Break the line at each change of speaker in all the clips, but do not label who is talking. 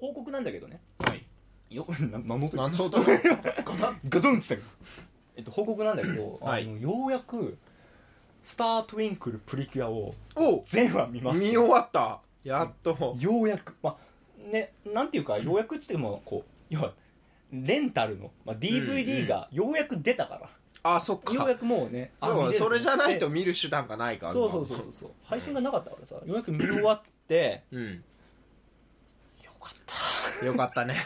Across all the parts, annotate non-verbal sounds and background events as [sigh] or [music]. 報告なんだけどね
はい
よ [laughs] な何の音
何の
[laughs]
音
ガドンってえっと報告なんだけど、
はい
あのようやく「スター・トゥインクル・プリキュア」を
[laughs] お
全話見ま
見
した
終わったやっと
ようやくまあねなんていうかようやくっつってもこう要はレンタルの、まあ、DVD がようやく出たから、
あそっか
ようやくもうねあ
そう
見れる
それじゃないと見る手段がないから
そうそうそうそうそう配信がなかったからさようやく見終わって
うん
よかった
よかったね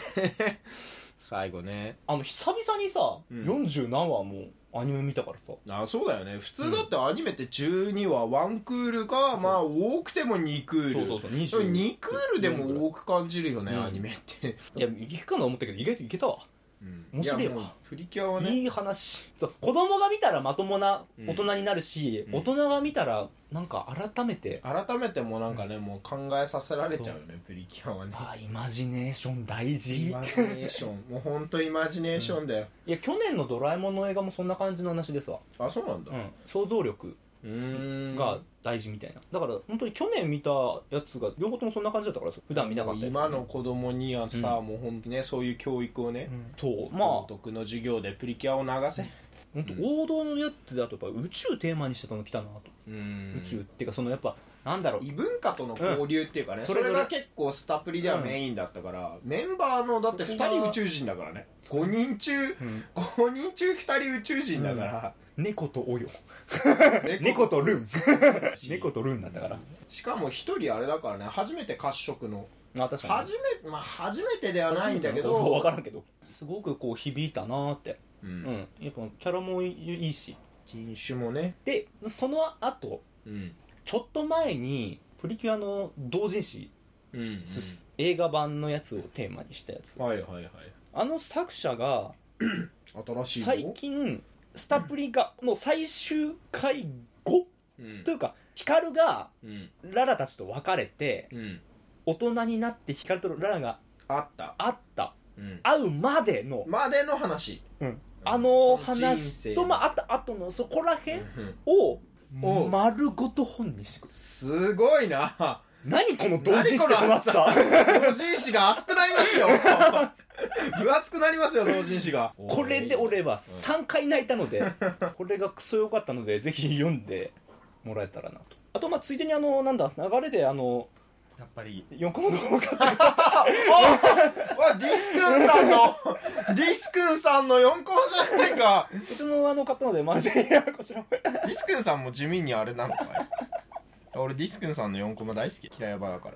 [laughs] 最後ね
あの久々にさ、
うん
40何話もアニメ見たからさ
あそうだよね普通だってアニメって12話ワンクールか、まあ多くても2クール
そうそうそう
でも
20
2クールでも多く感じるよね、
うん
アニメって、
いや行くかな思ったけど意外といけたわ
うん
面白いわ
やもうプリキュアはね
いい話そう子供が見たらまともな
うん
大人になるし、
うん
大人が見たらなんか改めて、
改めてもうなんかね、もう考えさせられちゃうよねプリキュアはね
あイマジネーション大
イ
事
マジネーションもうほんとイマジネーションだよ、
いや去年の「ドラえもん」の映画もそんな感じの話ですわ、
あそうなんだ
うん想像力
うーん
が大事みたいなだから本当に去年見たやつが両方ともそんな感じだったから普段見なかったやつ
今の子供にはさ、もうほんとねそういう教育をね、
うんそうまあ
道徳の授業でプリキュアを流せ、
本当王道のやつだとやっぱ宇宙テーマにしてたの来たなと、
うん
宇宙っていうかそのやっぱなんだろう
異文化との交流っていうかね、
うんそ
そ
れ
れ
ぞれ
が結構スタプリではメインだったから、メンバーのだって
そ
2
こ
人
が
宇宙人だからね5人中
ん
5人中2人宇宙人だから、
猫とおよ
猫
猫と [laughs] ルン猫とルンなんだから、
しかも1人あれだからね初めて褐色の
あ確かに
初め,、まあ、初めてではないんだけ
分
ど
からんけどすごくこう響いたなーって、う
う
ん
ん
やっぱキャラもいいし
人種もね、
でその後
うん
ちょっと前にプリキュアの同人誌、
うん
す映画版のやつをテーマにしたやつ
はいはいはい
あの作者が
新しいの
最近スタプリがの最終回後
うん
というかヒカルが
うん
ララたちと別れて
うん
大人になってヒカルとララが
あった、
会った
うん、
会うまでの、
までの話、
うんあの
人生
話と、まあ、あった後のそこら辺
うん
を
おう
丸ごと本にしてくる
すごいな
何この同時して怖さ
同人誌が熱くなりま
[laughs]
すよ分厚くなりますよ同人誌が
これで俺は3回泣いたので
[laughs]
これがクソ良かったのでぜひ読んでもらえたらなとあとまあついでにあのなんだ流れであの
やっぱり
横本も買った
わディスクンさんのディスクンさんの4コマじゃないか
うちもあの買ったのでまずいやこちらも
ディスクンさんも地味にあれなのかい俺ディスクンさんの4コマ大好きキラヤバだから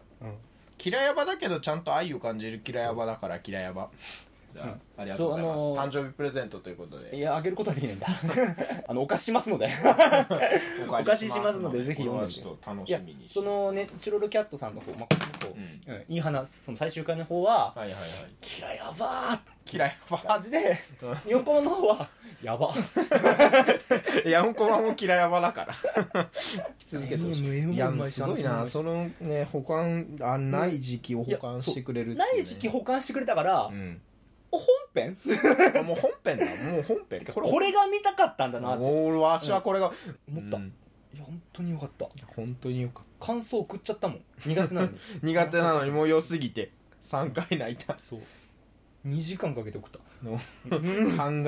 キラヤバだけどちゃんと愛を感じるキラヤバだからキラヤバじゃあ,、ありがとうございます、
そうあのー
誕生日プレゼントということ
い
で
やあげることはでき
[laughs]
ないんだあのお貸ししますので
お
お貸ししますのでぜひ読んでみて
これはちょっと楽
いや
しみにして
そのねチュロルキャットさんの方、まあ
う
うん
ん
うん、いい話その最終回の方は、
はいはいはい
キラやばーって
キラヤバ
感じで4コマの方
[laughs]
はやば
ヤンコマもキラヤバだからき続けてほし
いや
い
もう
いや
うまい
すごいなそのね保管あない時期を保管してくれるってうね
ない時期保管してくれたから、
うん
本編
あもう本編だもう本編こ
こ
れ
れが見たかったんだなって
もうわしはこれが
思った、
うん
いや本当によかった
本当によかっ
感想送っちゃったもん苦手なの
[laughs]
に
た苦手なのにもう良すぎて3回泣いた
そう2時間かけて送った
の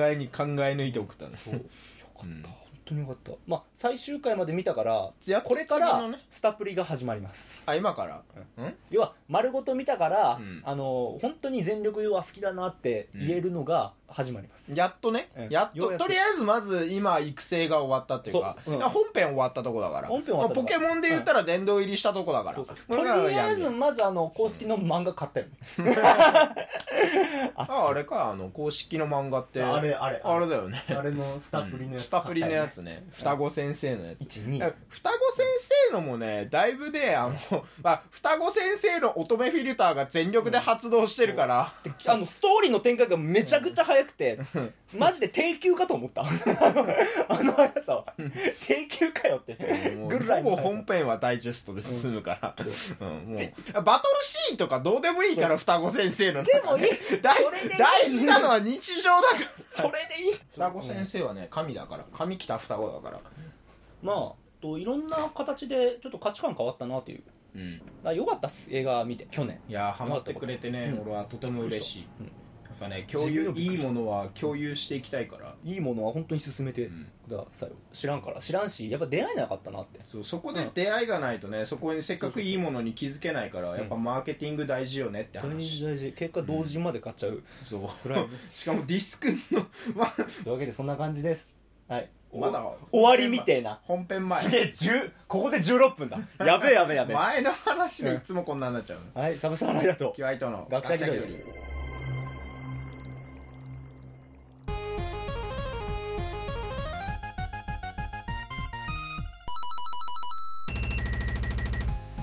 考えに考え抜いて送ったね
そうよかった、
うん
本当によかったまあ最終回まで見たから
いや
これか
次
ら
のね
スタプリが始まります
あ今からうん
要は丸ごと見たから、
うん
あの本当に全力要は好きだなって言えるのが始まります、
やっとね
うん
やっ
よう
と
やく
とりあえずまず今育成が終わったっていうか
そううん
本編終わったとこだから
本編終わったとこ
ポケモンで言ったら殿堂入りしたとこだから
そうそう
これから
と
は
り
や
あえ
んね
ずまずあの公式の漫画買ったよね
ああれかあの公式の漫画って
あれあれ
あれだよね
あれのスタプリのやつ、
スタプリのやつね双子先生のやつ
12
だから双子先生のもねだいぶねあの、 [laughs] まあ、双子先生の乙女フィルターが全力で発動してるから、
あのストーリーの展開がめちゃくちゃ早くて、マジで定休かと思った [laughs] あのあの速さは定休かよって
もう
ぐらい
ほ
の
ぼ
速
本
さ
編はダイジェストで進むから、うんもうバトルシーンとかどうでもいいから双子先生の
[laughs] でもいい
大
それでいい
大事なのは日常だから
それでいい
双子先生はね神だから神来た双子だから
まあといろんな形でちょっと価値観変わったなという
うん
あよかったっす映画見て去年
いやハマってくれてね、
うん
俺はとても嬉しい、
うん
やっぱね共有いいものは共有していきたいから、
いいものは本当に勧めて
うん
ください、知らんから知らんしやっぱ出会えなかったなって
そうそこで出会いがないとねそこにせっかくいいものに気づけないから、やっぱマーケティング大事よねって
大
話、
事大事結果同時まで買っちゃう、
そう
くらい
しかもディスクの、ま、
というわけでそんな感じですはい
まだ
終わりみてえな
本編前
すげえ10ここで16分だやべえやべえやべえ
前の話でいつもこんなんなっちゃうの
はいサブサーライだと
キワイとの
学者気取り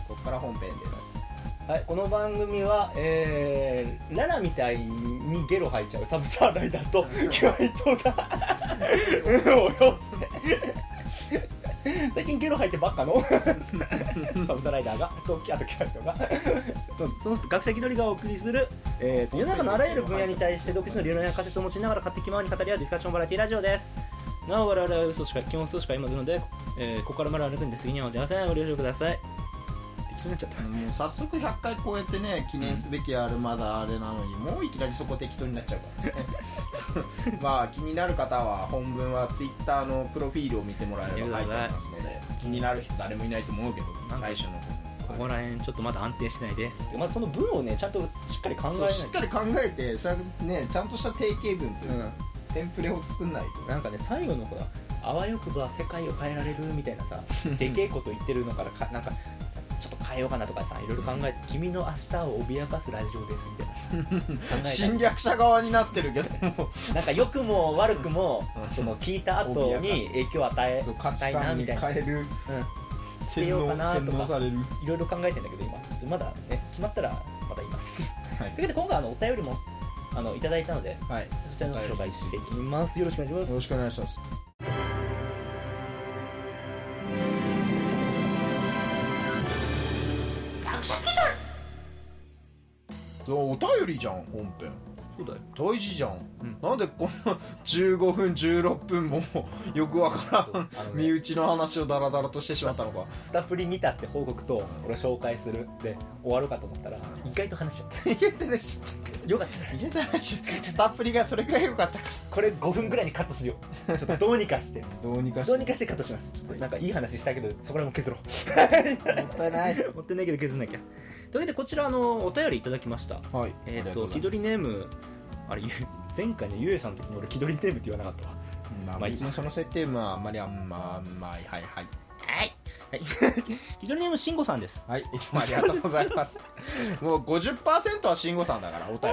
ここから本編です
はい、この番組は、えー、ララみたいにゲロ吐いちゃうサブサーライダーとキワイトがうんおよつって最近ゲロ吐いてばっか [laughs] のサブサーライダーがとあとキワイトがその学者気取りがお送りする、えー、世の中のあらゆる分野に対して独自の理論や仮説を持ちながら勝手気ままに語り合うディスカッションバラエティラジオですなお我々は嘘しか基本嘘しか言いませんので、えー、ここから丸歩くんで次には出ませんご了承ください適当になっちゃった
もう早速100回超えてね記念すべきあるまだあれなのにもういきなりそこ適当になっちゃうから
[laughs]
ねまあ気になる方は本文は Twitter のプロフィールを見てもらえれば書いてありますので気になる人誰もいないと思うけど
なんか
最初の
こ
方
こら辺ちょっとまだ安定してないですまずその文をねちゃんとしっかり考え
そ
な
う
い
しっかり考えてそれねちゃんとした定型文というか、テンプレを作んないと
うん、なんかね最後のほら「あわよくば世界を変えられる」みたいな [laughs] さでけえこと言ってるのからかなんかさちょっと変えようかなとかさいろいろ考えて「君の明日を脅かすラジオです」みたいな [laughs] 考えた
侵略者側になってるけども
なんか良くも悪くも
うん
その聞いた後に影響を与え
[laughs] そう価
た
値
いな
観
み
に
たいな、う
変
ん、
える
捨てようかなとか
される
いろいろ考えてんだけど今ちょっとまだね決まったらまた言い [laughs] ます、
はい
というわけで今回あのお便りもあのいただいたので
はい
そちらの紹介していきます。よろしくお願いし
よ
ま
ろ
す。
しくお願いしますそうお便りじゃん本編
そうだよ。
大事じゃん、
ん
なんでこんな15分16分もよくわからん
そうあのね
身内の話をダラダラとしてしまったのか
スタッフに見たって報告と、俺紹介するで終わるかと思ったら、意外と話しちゃっ
言えてねち
た。 [laughs] よ
ょ
かった。
っと言えてないしスタッフリがそれぐらい良かったか
これ5分ぐらいにカットしよう。ちょっとどうにか [laughs] して。
どうにか
どうにかしてカットします。ちょっとなんかいい話したけど、そこらも削ろ。
もったいないう
持ってないけど削んなきゃ。というわけで、こちら、あの、お便りいただきました。
はい
えっ、
ありが
と、
うございます
気取りネーム、あれ、ゆ前回のゆえさんの時に俺、気取りネームって言わなかったわ。
まあ、
まあ
別にその設定はあんまりあんまあまあはいはい
はい。はい。 [laughs] 気取りネーム、しんごさんです。
はいいつもありがとうございます [laughs] もう50%は慎吾さんだからお便り、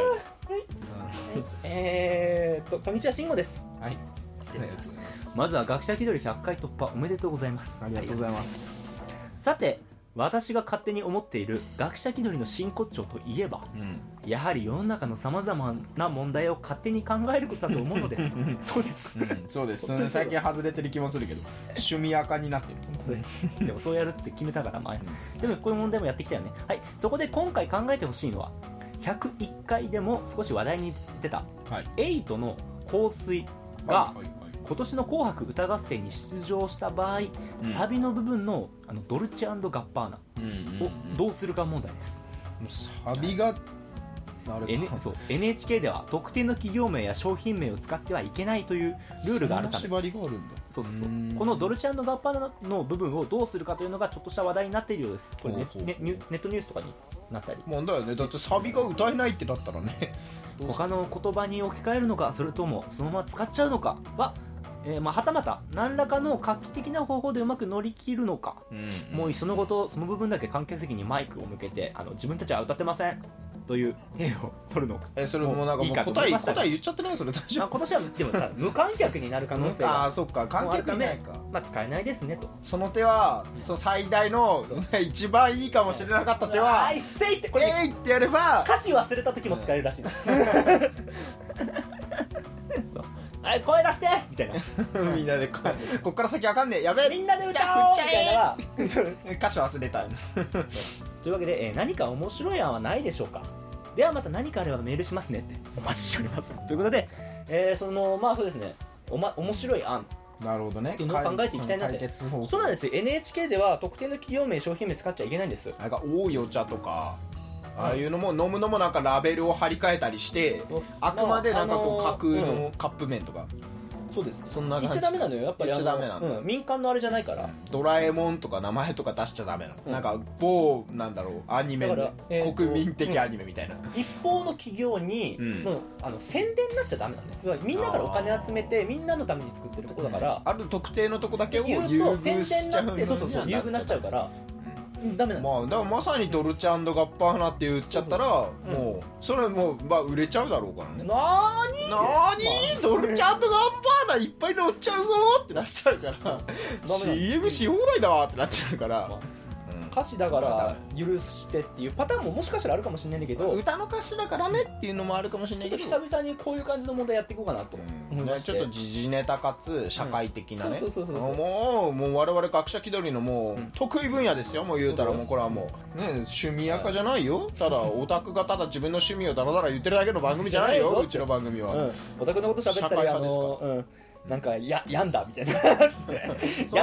えーっと、こんにちは、しんごです。
うん、はいありがとうございます
まずは学者気取り100回突破おめでとうございます
ありがとうございますす
さて私が勝手に思っている学者気取りの真骨頂といえば
うん
やはり世の中のさまざまな問題を勝手に考えることだと思うのです
[laughs]
そうです、
うん、そうですその最近外れてる気もするけど趣味垢になってる
でもそうやるって決めたから前でもこういう問題もやってきたよねはいそこで今回考えてほしいのは101回でも少し話題に出た
はい
エイトの香水が、
はいはい
今年の「紅白歌合戦」に出場した場合、
ん
サビの部分のあのドルチェガッパーナ
うんうんう
を
んも
どうするか問題です、
うサビがあれ
N そう NHK では特定の企業名や商品名を使ってはいけないというルールがあるため
そんな縛りがあるんだ
そうそう
うん
このドルチェガッパーナの部分をどうするかというのがちょっとした話題になっているようですこれね
ほうほう
ねニュネットニュースとかになったり
もうだよねだってサビが歌えないってなったらねどうする
他の言葉に置き換えるのかそれともそのまま使っちゃうのかは、えーまあ、はたまた何らかの画期的な方法でうまく乗り切るのか
うん
もうそのことその部分だけ観客席にマイクを向けてあの自分たちは歌ってませんという手を取るのか
えそれもうなんか
い
も
いうかと思
答
い
え
ました
答え言っちゃってないそれ大丈
まあ、今年はでもさ無観客になる可能性
夫あ
が、
あそっか観客いないか
まあ、使えないですねと
その手はその最大の [laughs] 一番いいかもしれなかった手は
あい
「
っせいってこれ、
えい!」ってやれば [laughs]
歌詞忘れた時も使えるらしいですそうあれ声出してみたい
みんなでここっから先わかんねえやべ
なみ
え
んなで歌おうみたいなのがそう
[laughs] 歌詞忘れた
というわけで、えー何か面白い案はないでしょうかではまた何かあればメールしますねってお待ちしておりますということで、えーそのまあそうですねお、ま、面白い案
なるほどね
っていうのを考えていきたいなって
解決方法
そうなんですよ NHK では特定の企業名商品名使っちゃいけないんです
なんか多いお茶とかああいうのも飲むのもなんかラベルを貼り替えたりしてあくまでなんかこう
あの
架空
うん
のカップ麺とか
そうです
そんな
言
感
っち
じ
ゃダメなのよやっぱりあの
言っちゃダメなんだ
うん民間のあれじゃないから
ドラえもんとか名前とか出しちゃダメなの、
うん
なんか某なんだろうアニメの
だからえーと
国民的アニメみたいな、
一方の企業に、
うん
のあの宣伝になっちゃダメなんだよ要はみんなからお金集めてみんなのために作ってるとこだから
ある特定のとこだけを優
言うと
遇
宣伝
し
に
ちゃう
なってそうそうそう優遇になっちゃうから、うん、ダメなんだ
まあだからまさにドルチェガッパーナって言っちゃったら、
ん
もうそれもうまあ売れちゃうだろうから
なー
ね
に
なーにー、ドルチェガッパーナいっぱい乗っちゃうぞーってなっちゃうから
だ
CM し放題だわーってなっちゃうから、
まあ
うん
歌詞だか
まあダ
ら許してっていうパターンももしかしたらあるかもしれないんだけど
歌の歌詞だからねっていうのもあるかもしれな
ちょっ
い
と
けど
久々にこういう感じの問題やっていこうかなと思いま
ね
し
ち
て、
ょっと時事ネタかつ社会的なね、
うんそうそうそうそうそう
もうもう我々学者気取りのも
うん
う得意分野ですよもう言うたら
そうだよ
もうこれはもう、ね、趣味やかじゃないよただオタクがただ自分の趣味をダラダラ言ってるだけの番組じゃない
じゃない
よ
ぞ
うちの番組は、
うん、オタクのこと喋った
社会
りあ
派です
の、うん、なんかや病んだみたいな話で
[laughs] そな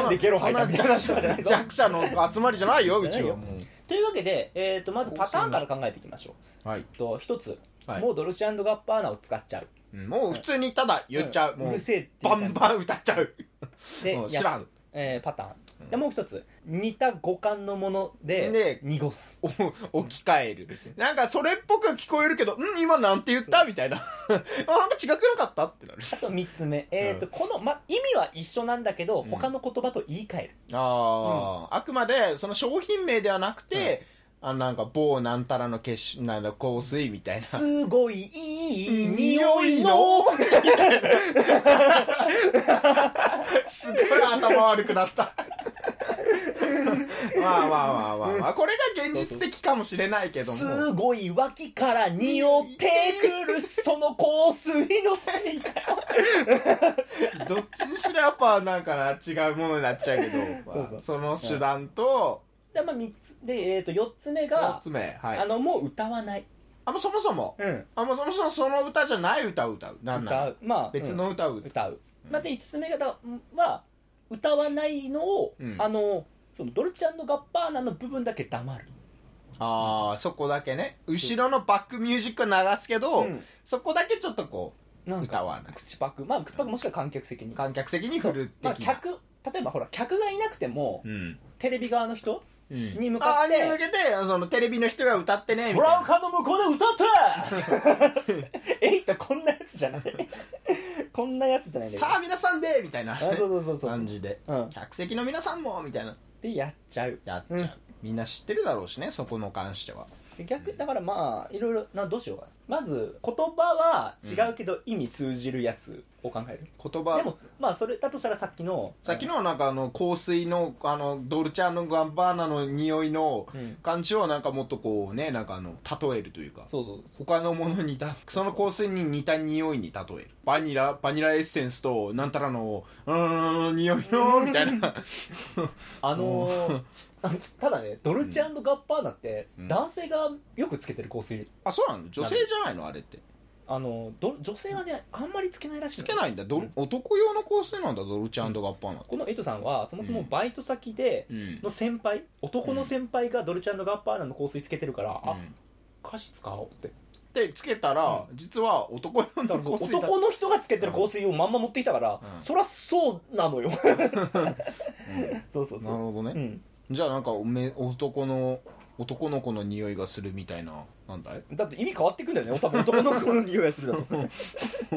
病んでゲロ吐いたみたいな話
そ
と
ん
かじゃ
な
ないぞ
弱者弱者の集まりじゃないようちはも
というわけで、えー、とまずパターンから考えていきましょ
うはいう
と一つ、
はい
もうドルチェガッパーナを使っちゃう
うんもう普通にただ言っちゃう、
ん
も
う
う
るせえっていう
バ
感じ
ンバン歌っちゃう
で
うん
や
知らん
えーパターン、でもう一つ似た五感のもので
で
濁す
お [laughs] 置き換えるなんかそれっぽく聞こえるけどん今なんて言ったみたいな [laughs] あなんか違くなかったってなる
あと3つ目、えーとこの、ま、意味は一緒なんだけど
うん
他の言葉と言い換える、
ああ、あくまでその商品名ではなくて、あなんか某なんたらの結晶なんだ香水みたいな
すごいいい匂
匂
い
い
の
の [laughs] すごい頭悪くなった [laughs] まあまあまあまあ、まあ、これが現実的かもしれないけども
すごい脇から匂ってくるその香水のせいだ
どっちにしろやっぱなんかな違うものになっちゃうけど、まあ
そうそう
その手段と
で、まあ、三つで、えー、と4つ目
4
が
つ目はい
あのもう歌わない、
あもうそもそも
うん、
あもうそもそもその歌じゃない歌を歌うなんな
歌
ら
うまあ
別
うん
の歌を歌
歌
う、
う、まあ、で5つ目がだは歌わないのを、
うん
あのそのドルチェガッパーナの部分だけ黙る
ああそこだけね後ろのバックミュージックは流すけど、
うん
そこだけちょっとこ
な
うん
か
歌わない
口パクまあ口パクもしくは観客席に、
観客席に振るって
まあ、客例えばほら客がいなくても、
うん
テレビ側の人
うん
に向かって
あーに向けてそのテレビの人が歌ってねみ
ブ
たい
ラウ
な
カの向こうで歌った [laughs] エイトこんなやつじゃない [laughs] こんなやつじゃないんだけど
さあ皆さんでみたいな
あそうそうそうそう、
感じで
うん、
客席の皆さんもみたいな
でやっちゃう
やっちゃう、
うん
みんな知ってるだろうしねそこの関しては
で逆だからまあいろいろなどうしようかなまず言葉は違うけど意味通じるやつを考える、
言葉
でもまあそれだとしたらさっきの
さっきのなんかあの香水のあのドルチャのガンバーナの匂いの
うん
感じをなんかもっとこうねなんかあの例えるというか
そうそうそう
他のものにたその香水に似た匂いに例えるバニラバニラエッセンスとなんたらのうーん匂いのみたいな
あのー [laughs] ただねドルチェガッパーナって
うん
男性がよくつけてる香水、
[laughs] あそうなの女性じゃないのあれって
あのど女性はねあんまりつけないらしいの
つけないんだドル男用の香水なんだドルチェガッパーナって
このエイトさんはそもそも
うん
バイト先で
うん
の先輩男の先輩がドルチェガッパーナの香水つけてるから、
う
あ
ん
歌詞使おうって
でつけたら、実は男用
だ
の
から
香水だ
男の人がつけてる香水をまんま持ってきたから、
うん
そりゃそうなのよ [laughs]
うんなる
そうそうそう
ほどね、
うん、
じゃあなんかおめ男の男の子の匂いがするみたいななんだい
だって意味変わってくんだよね多分男の子の匂いがするだ
[laughs]
と [laughs] だ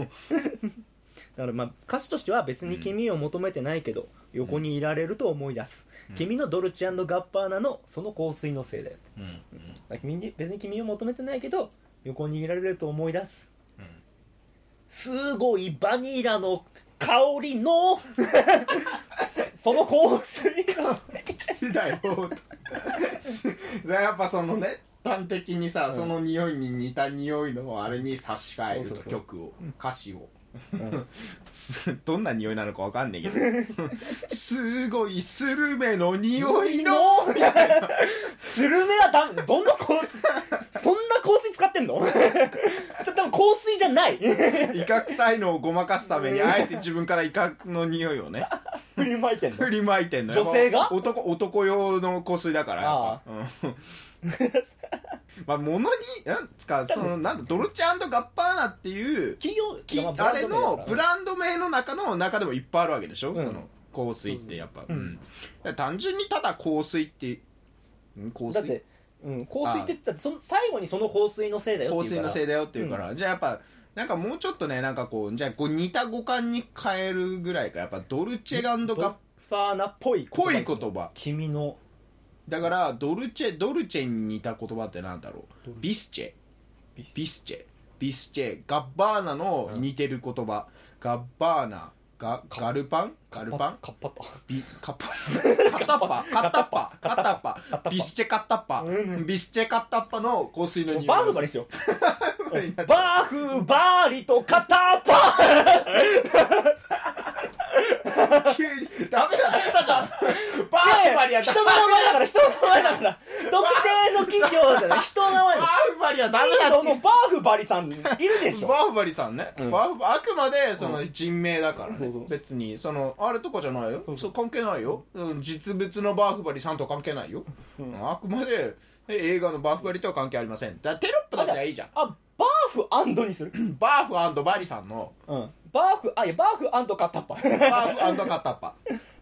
からまあ歌詞としては別に君を求めてないけど、横にいられると思い出す、
うん
君のドルチェガッパーナのその香水のせいだよ
うんうん
だから君に別に君を求めてないけど横にいられると思い出すすごいバニラの香り
[laughs]
のその香水の
うんだよ [laughs] やっぱそのね端的にさ、
うん
その匂いに似た匂いのあれに差し替えると
そうそうそう
曲を歌詞を、
うん
す [laughs] どんな匂いなのかわかんないけどすごいスルメの匂いの
スルメはダメどんな香水そんな香水使ってんのそれ多分香水じゃない
威嚇臭いのをごまかすためにあえて自分から威嚇の匂いをね
振りまいてんの
振りまいてんのよ
女性が
男男用の香水だから
あ
やっぱうん [laughs] まあ物になんつかそのなんだドルチェガッパーナっていう
企業
き
ま
あれのブ
ン
ランド名の中の中でもいっぱいあるわけでしょ、
ん
その香水ってやっぱ、
うん
うんだから単純にただ香水ってん香
だっ
水
て、うん、香水って言ったらその最後にその香水のせいだよ
香
って言うか
水
ら
のせいだよっていうから、じゃあやっぱなんかもうちょっとねなんかこうじゃあこう似た語感に変えるぐらいかやっぱドルチェガンド
ド
ガ
ッ
ッ
パーナっぽい
ぽい言葉
君の
だからドルチェドルチェに似た言葉ってなんだろうビスチェ
ビス
ビスチェビスチェガッバーナの似てる言葉、ガッバーナガガルパンガルパン
カッパタ
ビカッパカタッパカタッパカタッパビスチェカタッパ
うん
ビスチェカタッパの香水の匂い
バーフバリですよ
バリになっちゃう
バーフバリとカタパ
急にダメだっつったじゃんバーフバリは
人
ダ
の
メ
名前だから人の名前だから特定の企業じゃない人の名前
バ
だ
ーフバリはダメだ
そ
って
のバーフバリさんいるでしょ
バーフバリさんね、
ん
バーフあくまでその人名だからね、
そうそう
別にそのあれとかじゃないよそう
そう
関係ないよ、うん実物のバーフバリさんとは関係ないよ、あくまでえ映画のバーフバリとは関係ありませんだからテロップ出せばいいじゃん
あバーフアンドにするうん
バーフバリさんの
バーフあいやバーフアンドカタパ
バーフカタッパ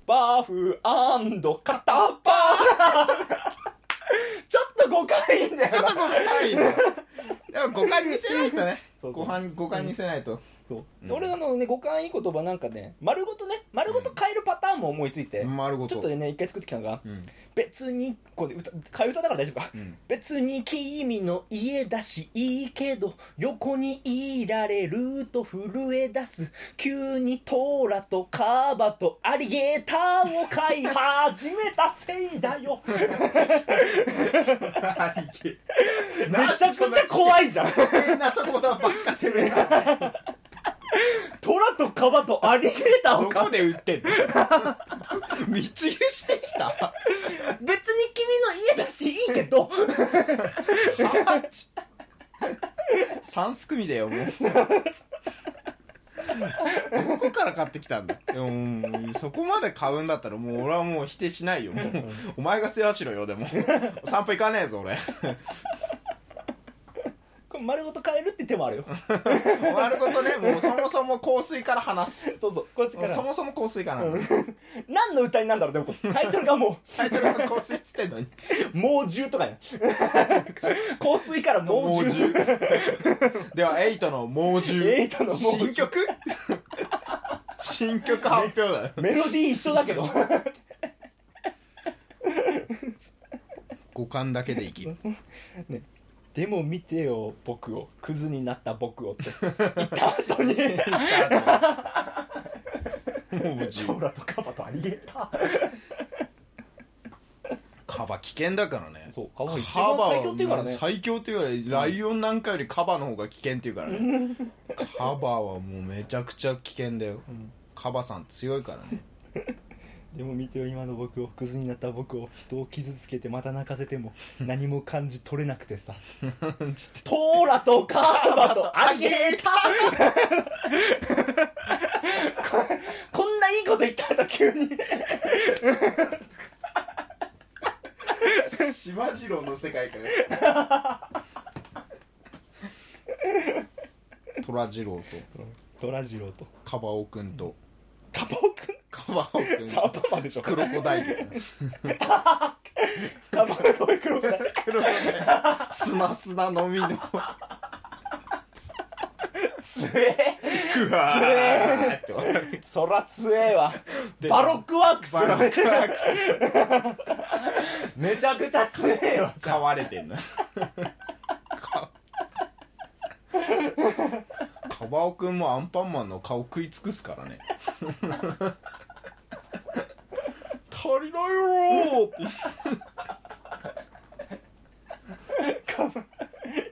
バーフアンドカタパちょっと誤解いいんだよ
ちょっと誤解ねでも誤解にせないとね
そうそう
ご飯誤解にせないと、
そう、で俺あのね五感いい言葉なんかね丸ごとね丸ごと変えるパターンも思いついて、
丸ごと
ちょっとね一回作ってきたのが
うん
「別に」これ歌替え歌だから大丈夫か、
うん
別に君の家だしいいけど横にいられると震え出す急にトーラとカバとアリゲーターを飼い始めたせいだ [laughs] よめちゃくちゃ怖いじゃん [laughs]
変なとこだばっか攻めた
トラとカバとアリゲーター
[laughs] ど
を飼い
こで売ってんの密輸してきた
別に君の家だしいいけ [laughs] ど
三すくみだよもうどこから買ってきたんだでもうんそこまで買うんだったらもう俺はもう否定しないよもうお前が世話しろ
[laughs]
よでも散歩行かねえぞ俺
これ丸ごと変えるって手もあるよ
丸ごとねもうそもそも香水から話
[laughs]
す
そうそうこいつから
そもそも香水かな、
何の歌になんだろうでもこれタイトルがも
タイトルが香水っつってんのに
[laughs] う「猛獣」とかや香水から猛獣
ではエイトの猛獣
エイトの猛獣
新曲新曲発表だよ
メロディー一緒だけど
五感だけで生
[laughs]
きる
でも見てよ僕をクズになった僕をって言った後に
猛
ト
獣
ラとカバとアリゲーター
カバ危険だからね
そうカバ一番最強っていうからね
カバはも最強っていうからライオンなんかよりカバの方が危険っていうから
[laughs]
ねカバはもうめちゃくちゃ危険だよ、カバさん強いからね
でも見てよ今の僕をクズになった僕を人を傷つけてまた泣かせて [laughs] も何も感じ取れなくてさトーラとカーバとアリゲーター [laughs] こんないいこと言った後急に
しまじろうの世界からトラジロウと
トラジローと
カバオくんと
カバオくん
カバオくん
サバマでしょ
クロコダイル
カバオくん黒くない
クロコダイルスナスナのみの
つえ
クワーって
そらつえわ
で
バロックワークス
バラクワーク
めちゃくちゃつえわ
ス飼われてんなかカバオくんもアンパンマンの顔食い尽くすからね [laughs] 足りないよーって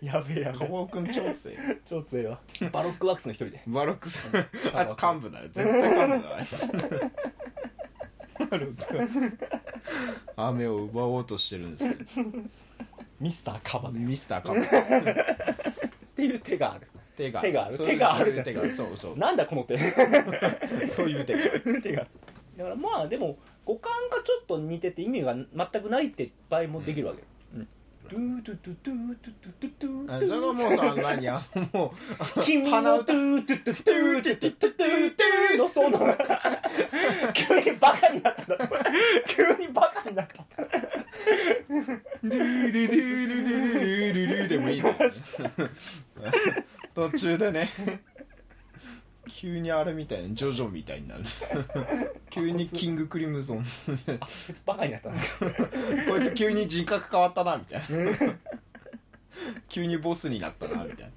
やべえやべ
カ
え
バオくん超強い
超つえわバロックワークスの一人で
バロックさんあいつ幹部だよ絶対幹部だよあいつバロックワークス雨を奪おうとしてるんですよ
ミスターカバっ
ミスターカバ
ていう手がある
手が
手がある
そういう
手がある
そういう手がそうそう
なんだこの手
そういう手が
手がだからまあでも五感がちょっと似てて意味が全くないって場合もできるわけよ、うんドゥドゥドゥドゥドゥドゥドゥドゥ
あそれがもうさ何やも
君の
鼻
トゥ
歌
ートゥトゥトゥトゥトゥトゥトゥトゥのその急にバカになったんだ急にバカになった
う「ルルルルルルルルル」でもいいです途中でね急にあれみたいにジョジョみたいになる急にキングクリムゾン
バカになったな
こいつ急に人格変わったなみたいな急にボスになったなみたいな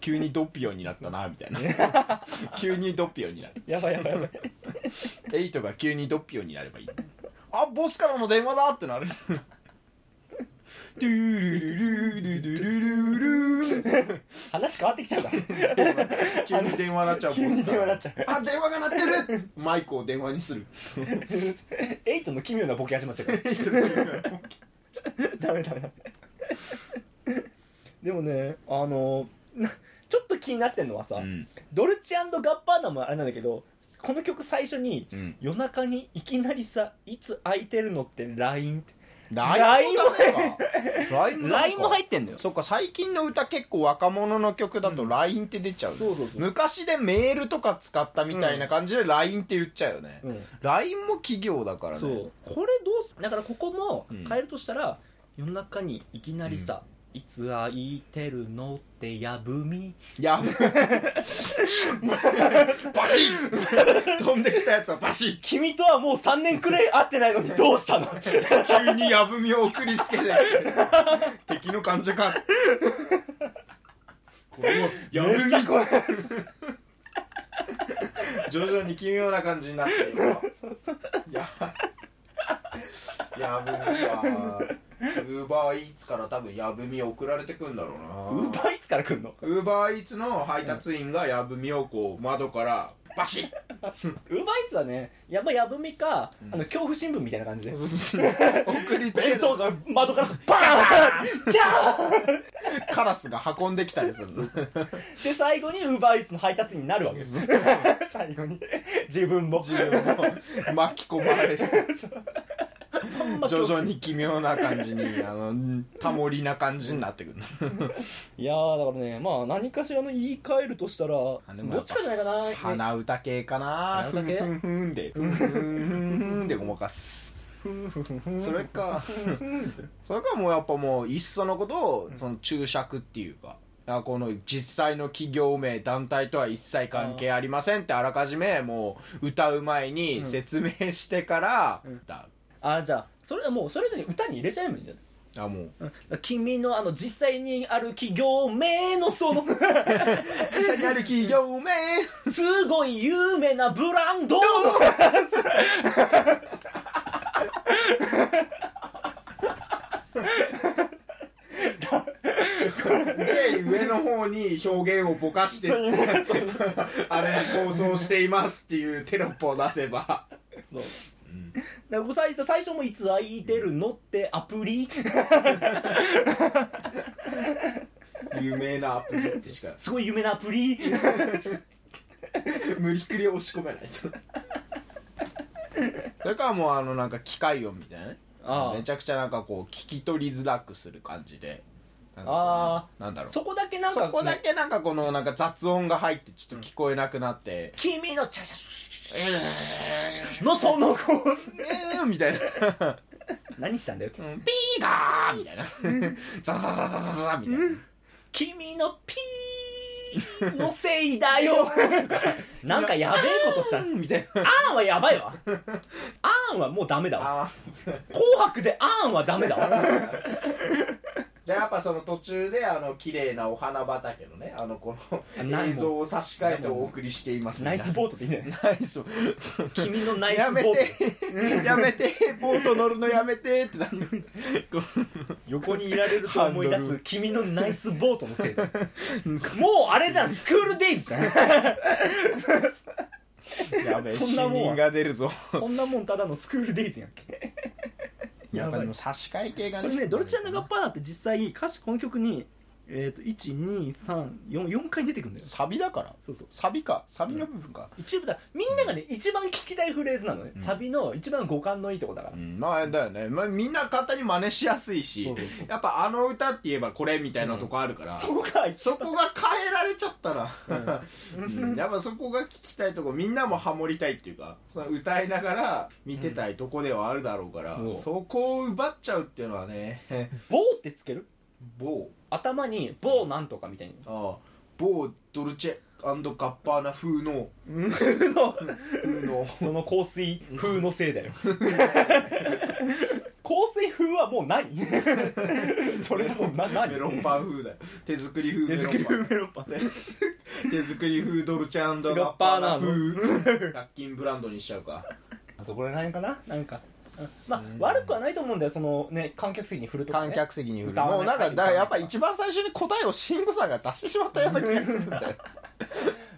急にドピオンになったなみたいな急にドピオンになる
やばいやばいやばい
エイトが急にドピオンになればいいあボスからの電話だってなるドゥルルルルルルルルーン
話変わってきちゃうから
急に電話なっちゃうボ
急に
スか
電話な
ら
っちゃう
あ電話が鳴ってるマイクを電話にする
[laughs] エイトの奇妙なボケ始まっちゃうから [laughs] ダメダメダメでもねあのなちょっと気になってんのはさ、
うん
ドルチアンドガッパーナもあれなんだけどこの曲最初に
うん
夜中にいきなりさいつ空いてるのって LINE って
LINE もライ
LINE も入ってんのよ
そっか最近の歌結構若者の曲だと LINE って出ちゃう,、
そうそうそう
昔でメールとか使ったみたいな感じで LINE って言っちゃうよね、
うん
LINE も企業だからね
そうこれどうすだからここも
うん
変えるとしたら、夜中にいきなりさ、いつ空いてるのってやぶみ
いやバシッ飛んできたやつはバシッ
君とはもう3年くらい会ってないのにどうしたの
急にやぶみを送りつけ
[laughs]
て敵の患者かこれもやぶ
めっ
み
ちゃ怖い
徐々に奇妙な感じになっているよ
そうそう
ややぶみかウーバーイーツから多分やぶみ送られてくんだろ
ウー
う
バ
な
ーイーツから来んの
ウーバーイーツの配達員がやぶみをこう窓からバシ
ウーバーイーツはねやっぱやぶみか、あの恐怖新聞みたいな感じで
ッ送りつけ
弁
る
当が窓からバーンギャー
カラスが運んできたりするの
で最後にウーバーイーツの配達員になるわけです [laughs] 最後に自分も
自分も巻き込まれる
ほんま恐怖
徐
心
々に奇妙な感じにあのタモリな感じになってくる
いやーだからねまあ何かしらの言い換えるとしたらど
あでもや
っ
っ
ち
ぱ
かじゃないかな、ね
鼻歌系かな
鼻歌系
ふんふんふんでふんふんふんふんでごまかすそれかそれかもうやっぱもういっそのことをその注釈っていうかあこの実際の企業名団体とは一切関係ありませんってあらかじめもう歌う前に説明してから、だ
[laughs] あーじゃあそれはもうそれぞれ歌に入れちゃえばいいんじゃない
あもう
君のあの実際にある企業名のそ [laughs] の
実際にある企業名
すごい有名なブランドの
で上の方に表現をぼかしてあれ放送していますっていうテロップを出せば
そうだから最初最初もいつ空いてるのってアプリ
有名なアプリってしか
すごい有名なアプリ
[laughs] 無理くり押し込めない [laughs] それからもうあのなんか機械音みたいなね
ああ
めちゃくちゃなんかこう聞き取りづらくする感じでなんかこう
あ
なんだろうそ
そこだけなんか
こだけなんかこのなんか雑音が入ってちょっと聞こえなくなって、
君のチャチャのそのコース
うーんみたいな、 [laughs]
何したんだよって
うん、ピーガーみたいなザザザザザザみたいな、
君のピーのせいだよなんかやべえことした
うんみたいな
あーんはやばいわあーんはもうダメだわ
あ
紅白であーんはダメだわ
じゃあやっぱその途中であの綺麗なお花畑のねあのこの
ないもん
映像を差し替えてお送りしています
ナイスボートでいいんじゃない
ナイスボ
君のナイス
や
ボ
め
ート
てやめてボート乗るのやめてってなる
横にいられると思い出
ハンド
す君のナイスボートのせい [laughs] だもうあれじゃんスクールデイズじゃん
やべえ
そん
死
なもんは
人が出るぞ
[laughs] そんなもんただのスクールデイズやんけ
や
やば
っ
い
ぱでも差し替え系が
これ
ね
ねドルチアンドガッパーナって実際歌詞この曲にえっ、と12344回出てくるんだよ
サビだから
そうそう
サビかサビの部分か、
一部だみんながね、一番聞きたいフレーズなのね、
うん
サビの一番五感のいいとこだから、
うん、まあだよね、まあ、みんな簡単に真似しやすいし
そうそうそう
やっぱあの歌って言えばこれみたいなとこあるから、
そこが一
そ
番
こが変えられちゃったら、うん [laughs] やっぱそこが聞きたいとこみんなもハモりたいっていうかその歌いながら見てたいとこではあるだろうから、
うん
そこを奪っちゃうっていうのはね [laughs]
棒ってつける
某
頭に棒なんとかみたい [laughs] に
ああ某ドルチェガッパーナ風の風の
その香水風のせい
[laughs]
だよ香水風はもうない [laughs] それもうな何
メロンパン風だよ手作り風
手
メロ
作り
ンパ
風
ン
メロンパン
手作り風ドルチェガッパーナ風ラッキンブランドにしちゃうか
あそこら辺かななんかまあ悪くはないと思うんだよそのね観客席に振るとか、ね、
観客席に売る
歌わない
もうなんかだからやっぱ一番最初に答えを慎吾さんが出してしまったような気がするんだ [laughs] よ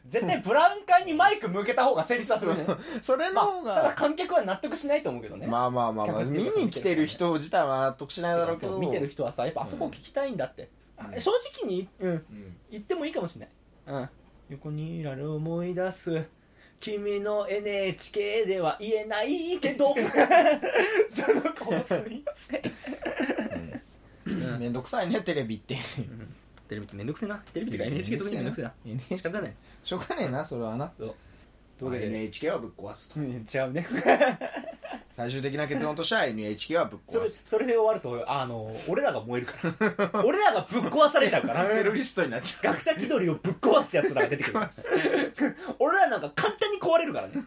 絶対ブランカンにマイク向けた方が成立させるね
それの
ま
方
あ、ただ
が、
観客は納得しないと思うけどね、
まあまあまあま
客
あ
ってい
見
うか
に来てる人自体は納得しないだろうけ
そ
ど
う見てる人はさやっぱあそこ聞きたいんだって、
うん
あ正直に、うん、
うん
言ってもいいかもしれない、うん、横にいられ思い出す君の NHK では言えないけど [laughs] その子すいま [laughs] せん
[laughs] めんどくさいねテレビって
テレビってめんどくせえなテレ
ビってか NHK 特にめんどくせえな
NHK だね
しょうがねえなそれはな
というわけで
NHK はぶっ壊すと
うん違うね
最終的な結論としては NHK はぶっ
[laughs] そ [laughs]
壊
れ
す
それで終わるとあの俺らが燃えるから [laughs] 俺らがぶっ壊されちゃう [laughs]
[laughs]
から
テロリストになっちゃ
学者気取りをぶっ壊すやつらが出てくる [laughs] から俺らなんか簡単に壊れるからね
う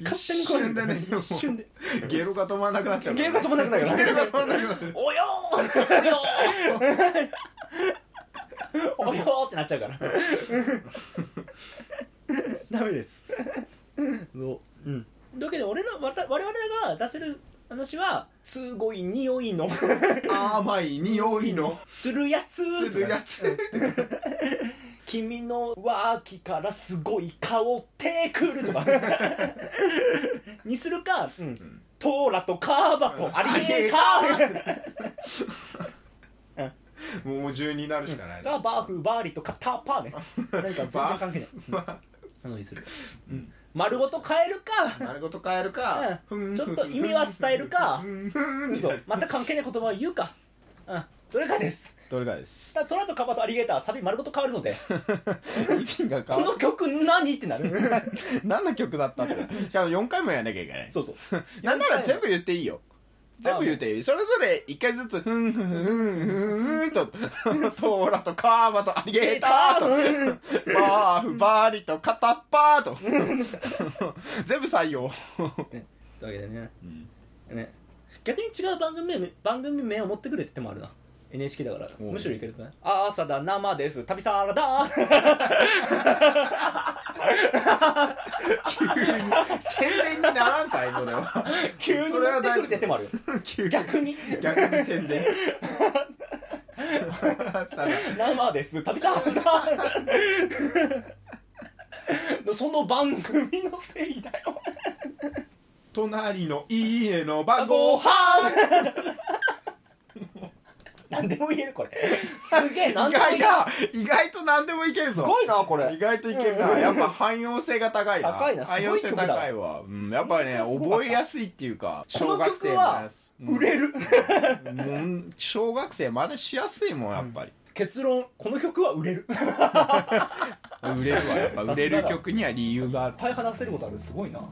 一
簡単に壊れる
瞬
か
で
ら
ね
ね一瞬で
ゲロが止まんなくなっちゃう
ゲロが止まんなくなるから
ゲロが止まんなくなる
およーおよーってなっちゃうから [laughs] ダメですそううんだけど俺らわた我々が出せる話はすごい匂いの
甘い匂いの
するやつ
するや
[laughs]
つ
君の脇からすごい顔てくると [laughs] かにするか、うん、トーラとカーバとありえか
もう十になるしかない
がバーフバーリとカタパー [laughs] ねなんか全然関係ない [laughs]
まあ
そのにする、うん、丸ごと変えるか、
丸ごと変えるか、
うん、ちょっと意味は伝えるか嘘また関係ない言葉を言うか、うん、どれかです
どれかです
さあトラとカバとアリゲーターサビ丸ごと変わる [laughs] ので
意味が
こ
変わ
の曲何ってなる
る何の曲だったってしかも4回もやんなきゃいけない
そうそう
なんなら全部言っていいよ全部言っていいそれぞれ1回ずつふんふんふんふんとトーラとカーバとアリゲーターとバーフバーリとカタッパーと全部採用
ね、というわけでね,、ね逆に違う番組名番組名を持ってくるって手もあるな NHK だから
おう
むしろいけるとね「朝だ生です旅サラダ」 [laughs]
宣伝にならんかいそれは
[laughs] 急に持ってくるって手もあるよ
急に
逆に
逆に
[laughs]
宣伝さ
「生です旅サラダ」の [laughs] その番組のせいだよ
隣の家の番
ご飯
号
何でも言えるこれすげえ
意
何でも言える
外だ意外と何でもいける
す
ぞ
ごいなこれ
意外といけるなやっぱ汎用性が高いな
高いなすごい
汎用性
曲だ
高いわうんやっぱね
すごかった
覚えやすいっていうか
この曲は売れる
うんもう小学生真似しやすいもんやっぱり
結論この曲は売れる
売れるわやっぱ
さすが
売れる
だ
曲には理由がある
いっぱい話せることあるすごいな、は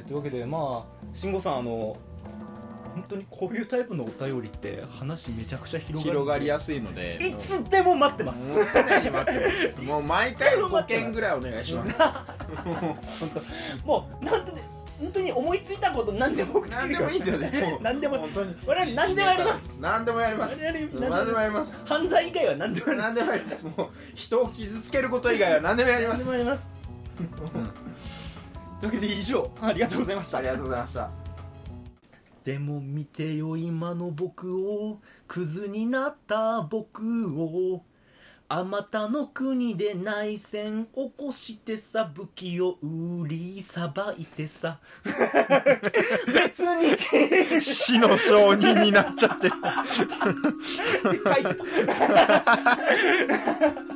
い、というわけでまあ慎吾さんあの本当にこういうタイプのお便りって話めちゃくちゃ広がる
広がりやすいので
いつでも待ってます
もう常に待ってますもう毎回5件ぐらいお願いします
もうなんてね本当に思いついたこと何でも送って
何
きて
で
くだ
も
さ
いいんだよね。
何でも
本当に
我々何でもやります。
何でもやります。
我々
何でもやります。
犯罪以外は何でもやります
何でもやります。もう人を傷つけること以外は何でもやりま。
何ですもやりますというわけで以上ありがとうございました
ありがとうございました。
でも見てよ今の僕をクズになった僕をあまたの国で内戦起こしてさ武器を売りさばいてさ別に
死の証人になっちゃってる。
書いてた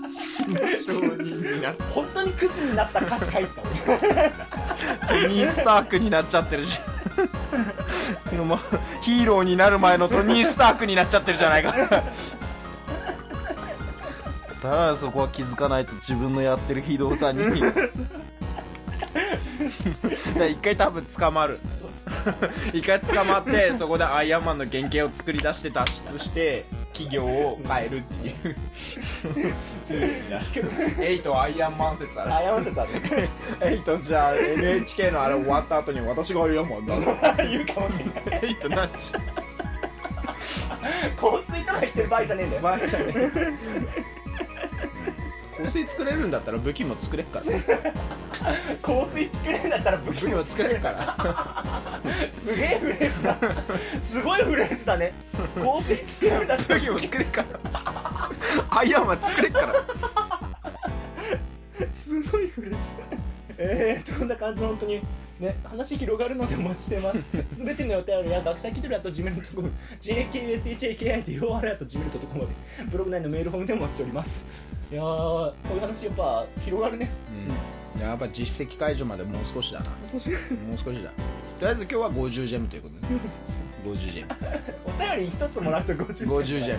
死の証人になって
本当にクズになった歌詞書いてた俺
トニー・スタークになっちゃってるし。もうヒーローになる前のトニー・スタークになっちゃってるじゃないか。だからそこは気づかないと自分のやってる非道さに。だから一回多分捕まる。
一回捕まってそこでアイアンマンの原型を作り出して脱出して企業を変えるっていうエイトアイアンマン説あ
[laughs]
る
あやませたね
エイトじゃあ NHK のあれ終わった後に私がアイアンマンだ
言うかもしれない
エイトなんち [laughs]
香水とか言ってる場合じゃねえんだよ
バカじゃねえ香水作れるんだったら武器も作れっから
香水作れんだったら武器
武器も作れっから
すげえフレーズだすごいフレーズだね香水作れんだったら
武器も作れっからアイアンマン作れっから
すごいフレーズえー、こんな感じの本当にね話広がるのでお待ちして [laughs] ます全てのお便りや学者気取りあと gmail.com jkshaki.or あと gmail.com までブログ内のメールフォームでお待ちしておりますいやーこういう話やっぱ広がるね
うんやっぱ実績解除までもう少しだなも
そして
う少しだとりあえず今日は50ジェムということで50ジェム
お便り一つもらうと50じゃん
50ジェム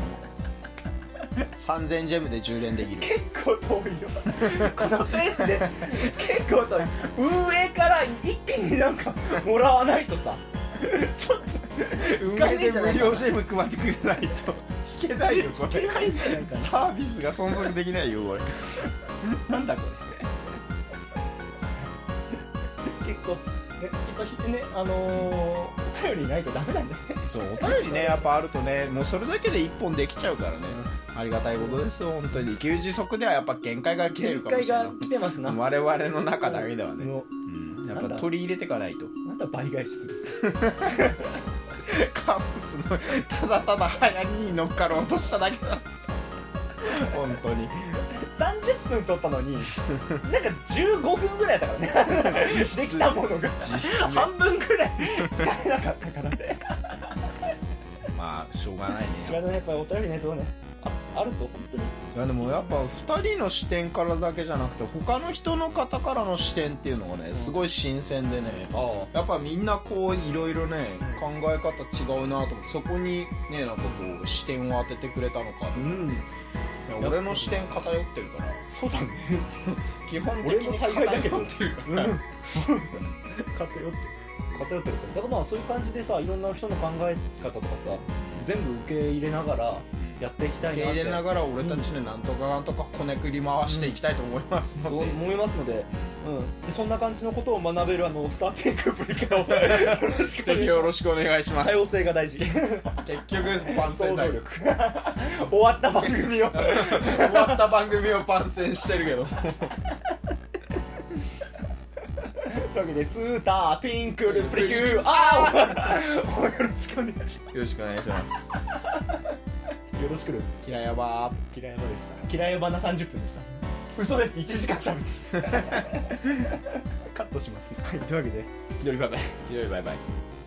3000ジェムで充電できる
結構遠いよこのペースで結構遠い運営から一気になんかもらわないとさちょっと
運営で無料ジェム配ってくれないと引けないよこ
いけ
れ
ないんじゃないか
[laughs] サービスが存続できないよこれ
ななんだこれ結構ね一回ねあのー、お便りないとダメなんだね
そうお便りねやっぱあるとねもうそれだけで1本できちゃうからねありがたいことですよ本当に給時速ではやっぱ限界が来てる
限
かも
界
しれない
が来てますな
我々の中だけではね、
も
うん、やっぱ取り入れていかないと
うなんだ倍返しする
カオスのただただ流行りに乗っかろうとしただけだ本当 [laughs] に
30分撮ったのになんか15分ぐらいだったからねできたものが
実質ね
半分ぐらい [laughs] 使えなかったからね
まあしょうがない [laughs]
知ら
ね
ないやっぱりお便りないとねああると本当に
いやでもやっぱ2人の視点からだけじゃなくて他の人の方からの視点っていうのがねすごい新鮮でね
あ
やっぱみんなこういろいろね考え方違うなと思ってそこにねなんかこう視点を当ててくれたのか
う
と
ん
いや俺の視点偏ってるから
そうだね
[laughs] 基本的に偏ってるから
偏って偏ってるからだからまあそういう感じでさいろんな人の考え方とかさ全部受け入れながらやっていきたいなって
受け入れながら俺たちでなんとかなんとかこねくり回していきたいと思いますの
そ
で、
う思いますので、うん、でそんな感じのことを学べるあのスターティングプリカをよろしくお
ぜ
願い
ひ
しま
よろしくお願いしますす
多様性が大事
結局番
想
宣 [laughs]
像
だ
力
よ
終わった番組を
終わった番組を番宣してるけど
というわけでスターティングプリキューあーよろしくお願いします
よろしくお願いします
よろしくる
キラヤバ
キラヤバでしたキラヤバな30分でした嘘です1時間喋ってます [laughs] カットしますねはいというわけで
ーよりバイバイよりバイバイ